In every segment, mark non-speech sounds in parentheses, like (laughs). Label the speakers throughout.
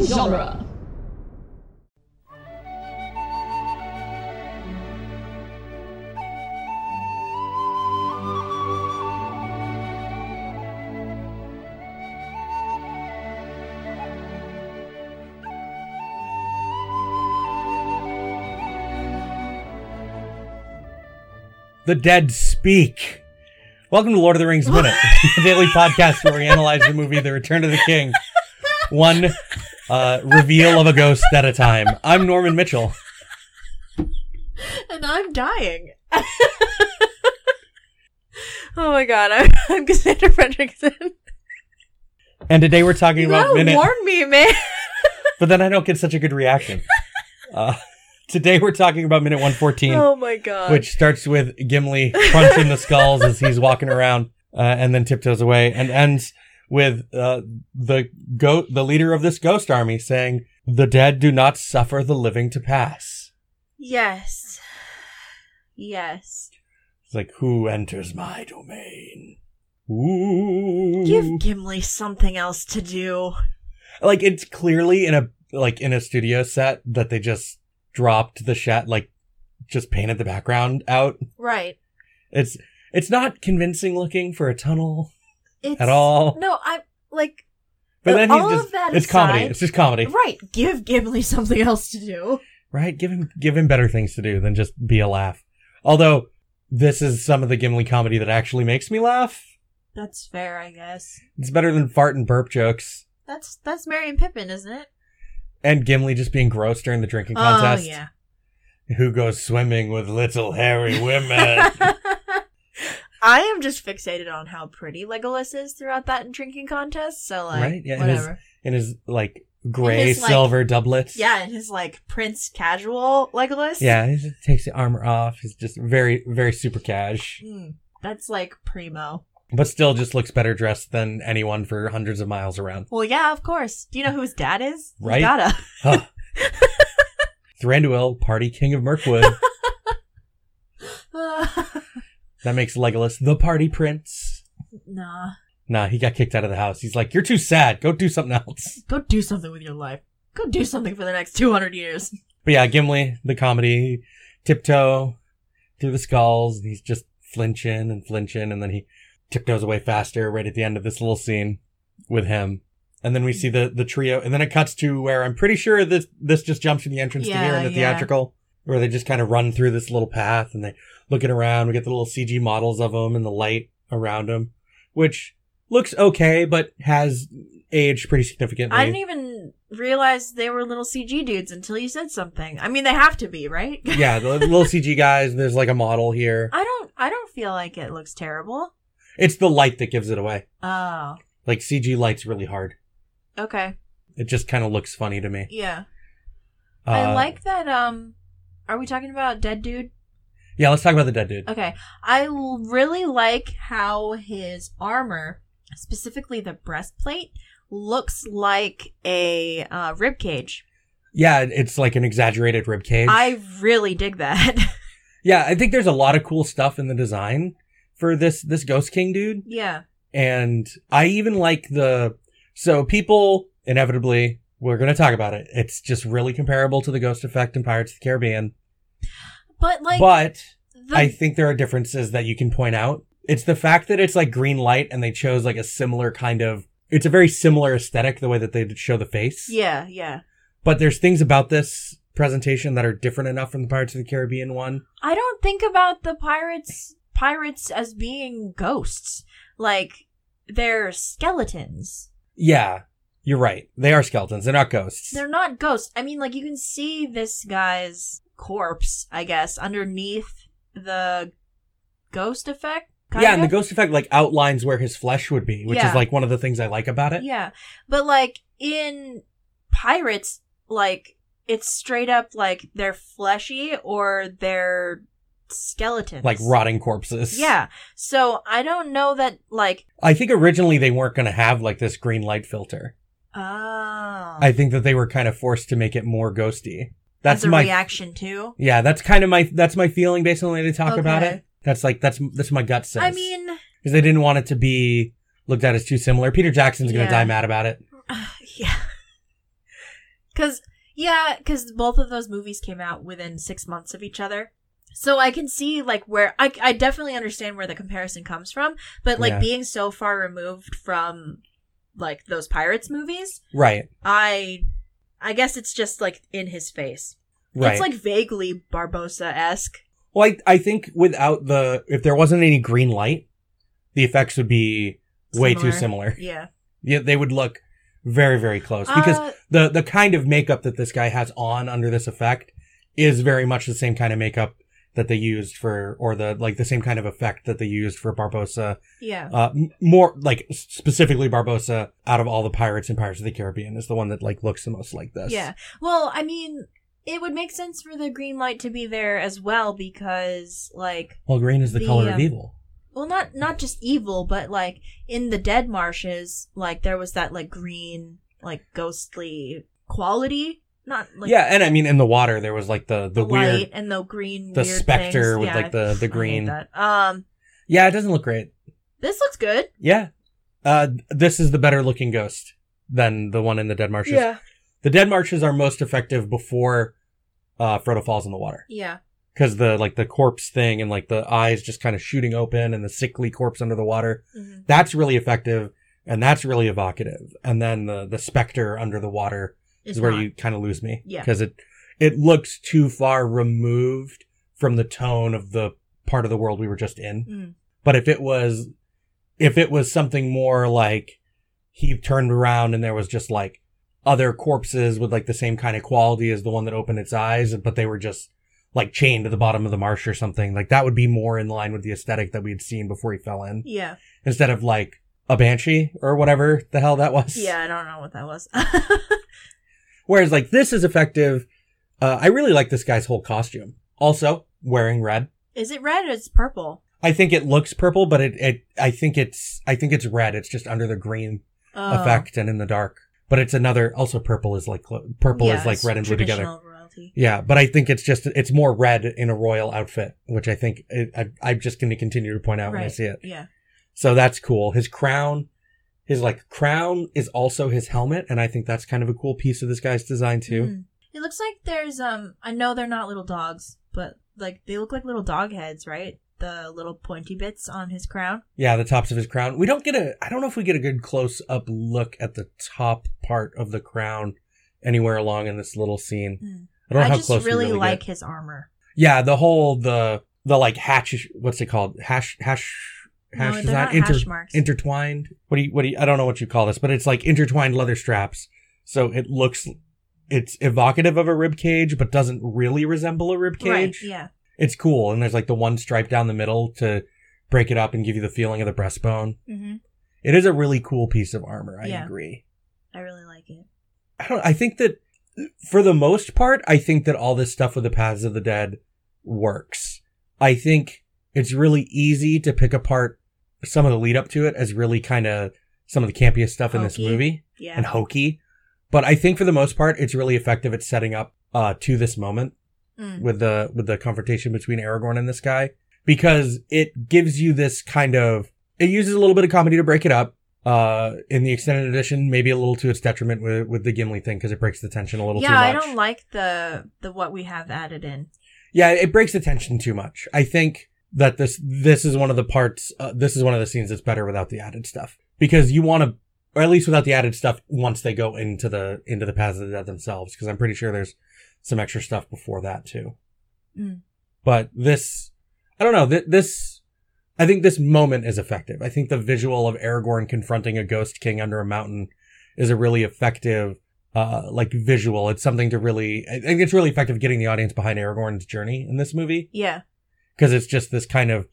Speaker 1: genre.
Speaker 2: The dead speak. Welcome to Lord of the Rings Minute, the daily podcast where we analyze the movie The Return of the King, one uh, reveal of a ghost at a time. I'm Norman Mitchell.
Speaker 1: And I'm dying.
Speaker 3: (laughs) Oh my god, I'm, (laughs) I'm Cassandra
Speaker 2: (laughs)
Speaker 3: Fredrickson.
Speaker 2: And today we're talking
Speaker 3: You
Speaker 2: about
Speaker 3: gotta
Speaker 2: Minute,
Speaker 3: warn me, man.
Speaker 2: but then I don't get such a good reaction. Uh, (laughs) today we're talking about Minute 114,
Speaker 3: Oh my god.
Speaker 2: which starts with Gimli crunching the skulls as he's walking around uh, and then tiptoes away and ends with uh, the go- the leader of this ghost army saying, The dead do not suffer the living to pass.
Speaker 3: Yes. Yes.
Speaker 2: It's like, Who enters my domain? Ooh.
Speaker 3: Give Gimli something else to do.
Speaker 2: like it's clearly in a like in a studio set that they just dropped the shat like just painted the background out
Speaker 3: Right.
Speaker 2: it's it's not convincing looking for a tunnel
Speaker 3: It's
Speaker 2: at all
Speaker 3: No, I like
Speaker 2: but then he's
Speaker 3: all of
Speaker 2: just
Speaker 3: that
Speaker 2: it's comedy
Speaker 3: aside-
Speaker 2: it's just comedy
Speaker 3: right. Give Gimli something else to do.
Speaker 2: right give him give him better things to do than just be a laugh although this is some of the gimli comedy that actually makes me laugh
Speaker 3: That's fair, I guess.
Speaker 2: it's better than fart and burp jokes
Speaker 3: That's that's Mary and Pippin, isn't it?
Speaker 2: and gimli just being gross during the drinking contest
Speaker 3: Oh yeah.
Speaker 2: who goes swimming with little
Speaker 3: (laughs)
Speaker 2: hairy women
Speaker 3: I am just fixated on how pretty Legolas is throughout that drinking contest. So like,
Speaker 2: Right, yeah, and his-
Speaker 3: whatever.
Speaker 2: in his like gray
Speaker 3: his, like-
Speaker 2: silver doublets.
Speaker 3: Yeah, and his like prince casual Legolas.
Speaker 2: Yeah, he just takes the armor off. He's just very, very super cash,
Speaker 3: Mm, that's like primo.
Speaker 2: but still just looks better dressed than anyone for hundreds of miles around.
Speaker 3: Well, yeah, of course. Do you know who his dad is? You
Speaker 2: Right.
Speaker 3: gotta. (laughs)
Speaker 2: Thranduil, party king of Mirkwood. that makes Legolas the party prince.
Speaker 3: nah.
Speaker 2: Nah, he got kicked out of the house. He's like, "You're too sad. Go do something else."
Speaker 3: Go do something with your life. Go do something for the next 200 years.
Speaker 2: But yeah, Gimli, the comedy, tiptoe through the skulls. And he's just flinching and flinching, and then he tiptoes away faster right at the end of this little scene with him. And then we see the the trio, and then it cuts to where I'm pretty sure this this just jumps from the entrance to here
Speaker 3: Yeah,
Speaker 2: in the
Speaker 3: yeah.
Speaker 2: theatrical, where they just kind of run through this little path and they looking around. We get the little CG models of them and the light around them, which looks okay, but has aged pretty significantly.
Speaker 3: I didn't even realize they were little CG dudes until you said something. I mean, they have to be, right? (laughs)
Speaker 2: yeah, the little CG guys. There's like a model here.
Speaker 3: I don't. I don't feel like it looks terrible.
Speaker 2: It's the light that gives it away.
Speaker 3: Oh,
Speaker 2: Like CG light's really hard.
Speaker 3: okay.
Speaker 2: It just kind of looks funny to me.
Speaker 3: Yeah,
Speaker 2: Uh,
Speaker 3: I like that. Um, are we talking about Dead Dude?
Speaker 2: Yeah, let's talk about the dead dude.
Speaker 3: Okay, I l- really like how his armor, specifically the breastplate, looks like a uh, rib cage.
Speaker 2: Yeah, it- it's like an exaggerated rib cage.
Speaker 3: I really dig that. (laughs)
Speaker 2: yeah, I think there's a lot of cool stuff in the design for this this Ghost King dude,
Speaker 3: yeah.
Speaker 2: and I even like the so people inevitably we're gonna talk about it. It's just really comparable to the Ghost Effect in Pirates of the Caribbean,
Speaker 3: But like
Speaker 2: but
Speaker 3: the
Speaker 2: I think there are differences that you can point out. It's the fact that it's like green light and they chose like a similar kind of, it's a very similar aesthetic, the way that they show the face.
Speaker 3: Yeah, yeah.
Speaker 2: But there's things about this presentation that are different enough from the Pirates of the Caribbean one.
Speaker 3: I don't think about the pirates pirates as being ghosts. Like they're skeletons.
Speaker 2: Yeah, you're right. They are skeletons. They're not ghosts.
Speaker 3: They're not ghosts. I mean, like you can see this guy's corpse, I guess, underneath the ghost effect. kind
Speaker 2: yeah, and the
Speaker 3: of?
Speaker 2: ghost effect like outlines where his flesh would be, which
Speaker 3: Yeah.
Speaker 2: is like one of the things I like about it.
Speaker 3: Yeah, but like in pirates, like it's straight up like they're fleshy or they're skeletons,
Speaker 2: Like rotting corpses.
Speaker 3: Yeah, so I don't know that like
Speaker 2: I think originally they weren't going to have like this green light filter.
Speaker 3: oh
Speaker 2: I think that they were kind of forced to make it more ghosty. That's
Speaker 3: as a
Speaker 2: my
Speaker 3: reaction too.
Speaker 2: Yeah, that's kind of my that's my feeling based on the way they talk about
Speaker 3: Okay.
Speaker 2: it. That's like that's that's my gut sense.
Speaker 3: I mean,
Speaker 2: because they didn't want it to be looked at as too similar. Peter Jackson's gonna
Speaker 3: (sighs) Yeah. (laughs)
Speaker 2: die mad about it.
Speaker 3: yeah, Because, yeah, because both of those movies came out within six months of each other. So I can see, like, where I, I definitely understand where the comparison comes from, but, like,
Speaker 2: Yeah.
Speaker 3: being so far removed from, like, those Pirates movies,
Speaker 2: Right.
Speaker 3: I. I guess it's just like in his face.
Speaker 2: Right.
Speaker 3: It's like vaguely Barbosa esque.
Speaker 2: well, I, I think without the, if there wasn't any green light, the effects would be way too similar.
Speaker 3: Yeah.
Speaker 2: Yeah, they would look very, very close because
Speaker 3: Uh,
Speaker 2: the, the kind of makeup that this guy has on under this effect is very much the same kind of makeup that they used for, or the, like the same kind of effect that they used for Barbosa
Speaker 3: yeah.
Speaker 2: Uh, m- more like specifically Barbosa out of all the pirates in Pirates of the Caribbean is the one that like looks the most like this.
Speaker 3: Yeah. Well, I mean, it would make sense for the green light to be there as well because like
Speaker 2: Well, green is the,
Speaker 3: The,
Speaker 2: color of
Speaker 3: um,
Speaker 2: evil.
Speaker 3: well not not just evil, but like in the dead marshes, like there was that like green like ghostly quality, not like
Speaker 2: yeah, and I mean in the water there was like the the,
Speaker 3: light
Speaker 2: weird
Speaker 3: and the green
Speaker 2: the
Speaker 3: weird
Speaker 2: specter
Speaker 3: things.
Speaker 2: with
Speaker 3: Yeah,
Speaker 2: like the the
Speaker 3: I hate
Speaker 2: green.
Speaker 3: that. Um
Speaker 2: Yeah, it doesn't look great.
Speaker 3: this looks good.
Speaker 2: Yeah. Uh, this is the better looking ghost than the one in the Dead Marshes. The Dead Marshes are most effective before uh, Frodo falls in the water.
Speaker 3: Yeah.
Speaker 2: Because the like the corpse thing and like the eyes just kind of shooting open and the sickly corpse under the water.
Speaker 3: Mhm.
Speaker 2: that's really effective and that's really evocative. And then the the specter under the water
Speaker 3: It's
Speaker 2: is where
Speaker 3: not.
Speaker 2: you kind of lose me
Speaker 3: Yeah.
Speaker 2: because it it looks too far removed from the tone of the part of the world we were just in.
Speaker 3: Mm.
Speaker 2: But if it was if it was something more like he turned around and there was just like other corpses with like the same kind of quality as the one that opened its eyes, but they were just like chained to the bottom of the marsh or something. Like that would be more in line with the aesthetic that we had seen before he fell in
Speaker 3: Yeah.
Speaker 2: instead of like a banshee or whatever the hell that was.
Speaker 3: Yeah, I don't know what that was.
Speaker 2: (laughs)
Speaker 3: (laughs)
Speaker 2: Whereas like this is effective. Uh, I really like this guy's whole costume. Also wearing red.
Speaker 3: Is it red or is it purple?
Speaker 2: I think it looks purple, but it, it I think it's I think it's red. It's just under the green
Speaker 3: Oh.
Speaker 2: effect and in the dark. But it's another also purple is like clo- purple
Speaker 3: Yeah,
Speaker 2: is like
Speaker 3: it's
Speaker 2: red and blue together.
Speaker 3: traditional royalty.
Speaker 2: Yeah, but I think it's just it's more red in a royal outfit, which I think it, I, I'm just going to continue to point out when I
Speaker 3: Right.
Speaker 2: see it.
Speaker 3: Yeah.
Speaker 2: So that's cool. His crown, his like crown is also his helmet, and I think that's kind of a cool piece of this guy's design too.
Speaker 3: Mhm. It looks like there's um I know they're not little dogs, but like they look like little dog heads, right? The little pointy bits on his crown.
Speaker 2: Yeah, the tops of his crown. We don't get a I don't know if we get a good close up look at the top part of the crown anywhere along in this little scene.
Speaker 3: Mm.
Speaker 2: I don't know
Speaker 3: I
Speaker 2: how
Speaker 3: just
Speaker 2: close we
Speaker 3: really,
Speaker 2: really
Speaker 3: like
Speaker 2: get.
Speaker 3: his armor.
Speaker 2: Yeah, the whole the the like hatch what's it called? Hash hash hash
Speaker 3: no, they're
Speaker 2: design
Speaker 3: not
Speaker 2: inter-
Speaker 3: hash marks.
Speaker 2: intertwined. What do you what do you, I don't know what you call this, but it's like intertwined leather straps. So it looks it's evocative of a rib cage, but doesn't really resemble a rib cage.
Speaker 3: Right, yeah.
Speaker 2: It's cool, and there's like the one stripe down the middle to break it up and give you the feeling of the breastbone.
Speaker 3: hmm
Speaker 2: It is a really cool piece of armor. I
Speaker 3: Yeah.
Speaker 2: agree.
Speaker 3: I really like it.
Speaker 2: I don't. I think that for the most part, I think that all this stuff with the Paths of the Dead works. I think it's really easy to pick apart some of the lead up to it as really kind of some of the campiest stuff in this
Speaker 3: Hokey.
Speaker 2: movie
Speaker 3: Yeah.
Speaker 2: and hokey. But I think for the most part, it's really effective at setting up uh, to this moment
Speaker 3: Mm.
Speaker 2: with the with the confrontation between Aragorn and this guy because it gives you this kind of it uses a little bit of comedy to break it up uh in the extended edition maybe a little to its detriment with with the Gimli thing because it breaks the tension a little too
Speaker 3: Yeah,
Speaker 2: much.
Speaker 3: I don't like the the what we have added in.
Speaker 2: yeah, it breaks the tension too much. I think that this this is one of the parts uh, this is one of the scenes that's better without the added stuff because you want to or at least without the added stuff once they go into the into the paths of the dead themselves because I'm pretty sure there's some extra stuff before that too.
Speaker 3: Mm.
Speaker 2: But this I don't know th- this I think this moment is effective. I think the visual of Aragorn confronting a ghost king under a mountain is a really effective uh, like visual. It's something to really, I think it's really effective getting the audience behind Aragorn's journey in this movie
Speaker 3: Yeah.
Speaker 2: because it's just this kind of,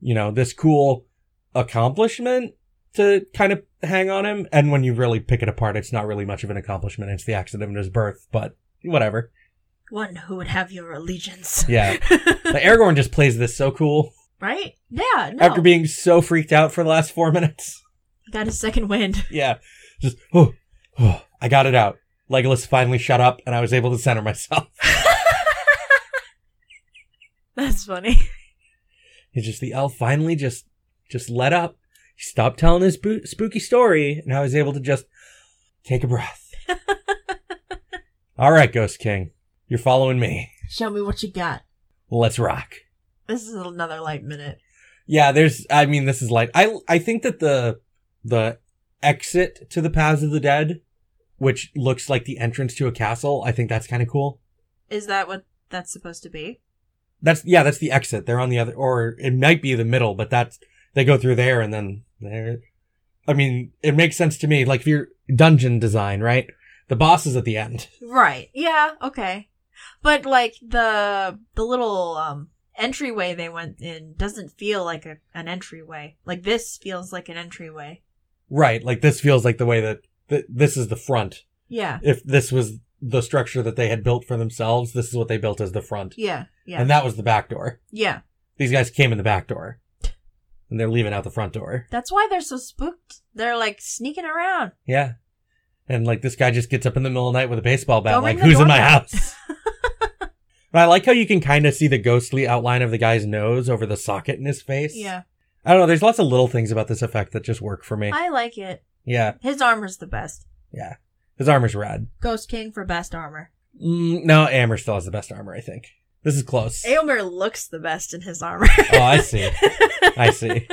Speaker 2: you know, this cool accomplishment to kind of hang on him. And when you really pick it apart, it's not really much of an accomplishment. It's the accident of his birth, but whatever.
Speaker 3: One who would have your allegiance.
Speaker 2: Yeah. But Aragorn just plays this so cool
Speaker 3: right? Yeah. No.
Speaker 2: after being so freaked out for the last four (laughs) minutes.
Speaker 3: Got his second wind. (laughs)
Speaker 2: Yeah. Just, oh, oh, I got it out. Legolas finally shut up and I was able to center myself.
Speaker 3: That's funny.
Speaker 2: It's just the elf finally just just let up. He stopped telling his spoo- spooky story, and I was able to just take a breath. All right, Ghost King, you're following me.
Speaker 3: Show me what you got.
Speaker 2: Let's rock.
Speaker 3: This is another light minute.
Speaker 2: Yeah, there's. I mean, this is like I. I think that the the exit to the paths of the dead, which looks like the entrance to a castle. I think that's kind of cool.
Speaker 3: Is that what that's supposed to be?
Speaker 2: That's yeah, that's the exit. They're on the other, or it might be the middle, but that's they go through there and then there. I mean, it makes sense to me. Like if you're dungeon design, right? The boss is at the end.
Speaker 3: Right. Yeah. Okay. But like the the little um entryway they went in doesn't feel like a, an entryway. Like this feels like an entryway.
Speaker 2: Right. Like this feels like the way that th- this is the front.
Speaker 3: Yeah.
Speaker 2: If this was the structure that they had built for themselves, this is what they built as the front.
Speaker 3: Yeah. Yeah.
Speaker 2: And that was the back door.
Speaker 3: yeah.
Speaker 2: These guys came in the back door and they're leaving out the front door.
Speaker 3: That's why they're so spooked. They're like sneaking around.
Speaker 2: Yeah. And like this guy just gets up in the middle of the night with a baseball bat,
Speaker 3: Go
Speaker 2: like,
Speaker 3: ring the
Speaker 2: who's in my
Speaker 3: doorbell."
Speaker 2: house?
Speaker 3: (laughs)
Speaker 2: but I like how you can kind of see the ghostly outline of the guy's nose over the socket in his face.
Speaker 3: Yeah.
Speaker 2: I don't know. There's lots of little things about this effect that just work for me.
Speaker 3: I like it.
Speaker 2: yeah.
Speaker 3: His armor's the best.
Speaker 2: Yeah. His armor's rad.
Speaker 3: Ghost King for best armor.
Speaker 2: Mm, no, Amber still has the best armor, I think. This is close.
Speaker 3: Aylmer looks the best in his armor.
Speaker 2: (laughs)
Speaker 3: (laughs)
Speaker 2: Oh, I see. I see.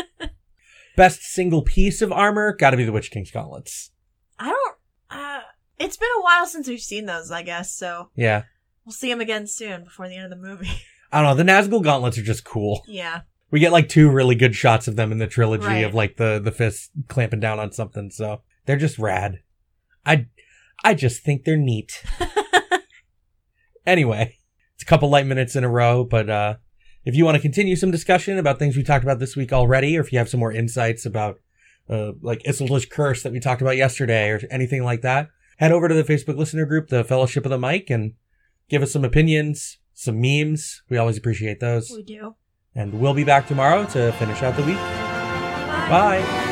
Speaker 2: Best single piece of armor got to be the Witch King's gauntlets.
Speaker 3: I don't. Uh, it's been a while since we've seen those, I guess. So
Speaker 2: Yeah.
Speaker 3: we'll see him again soon before the end of the movie. (laughs)
Speaker 2: I don't know. The Nazgul gauntlets are just cool.
Speaker 3: yeah.
Speaker 2: We get like two really good shots of them in the trilogy
Speaker 3: Right.
Speaker 2: of like the the fist clamping down on something. So they're just rad. I I just think they're neat. Anyway, it's a couple light minutes in a row, but uh if you want to continue some discussion about things we talked about this week already, or if you have some more insights about uh, like Isildur's curse that we talked about yesterday, or anything like that, head over to the Facebook listener group, the Fellowship of the Mic, and give us some opinions, some memes. We always appreciate those.
Speaker 3: we do.
Speaker 2: And we'll be back tomorrow to finish out the week. Bye.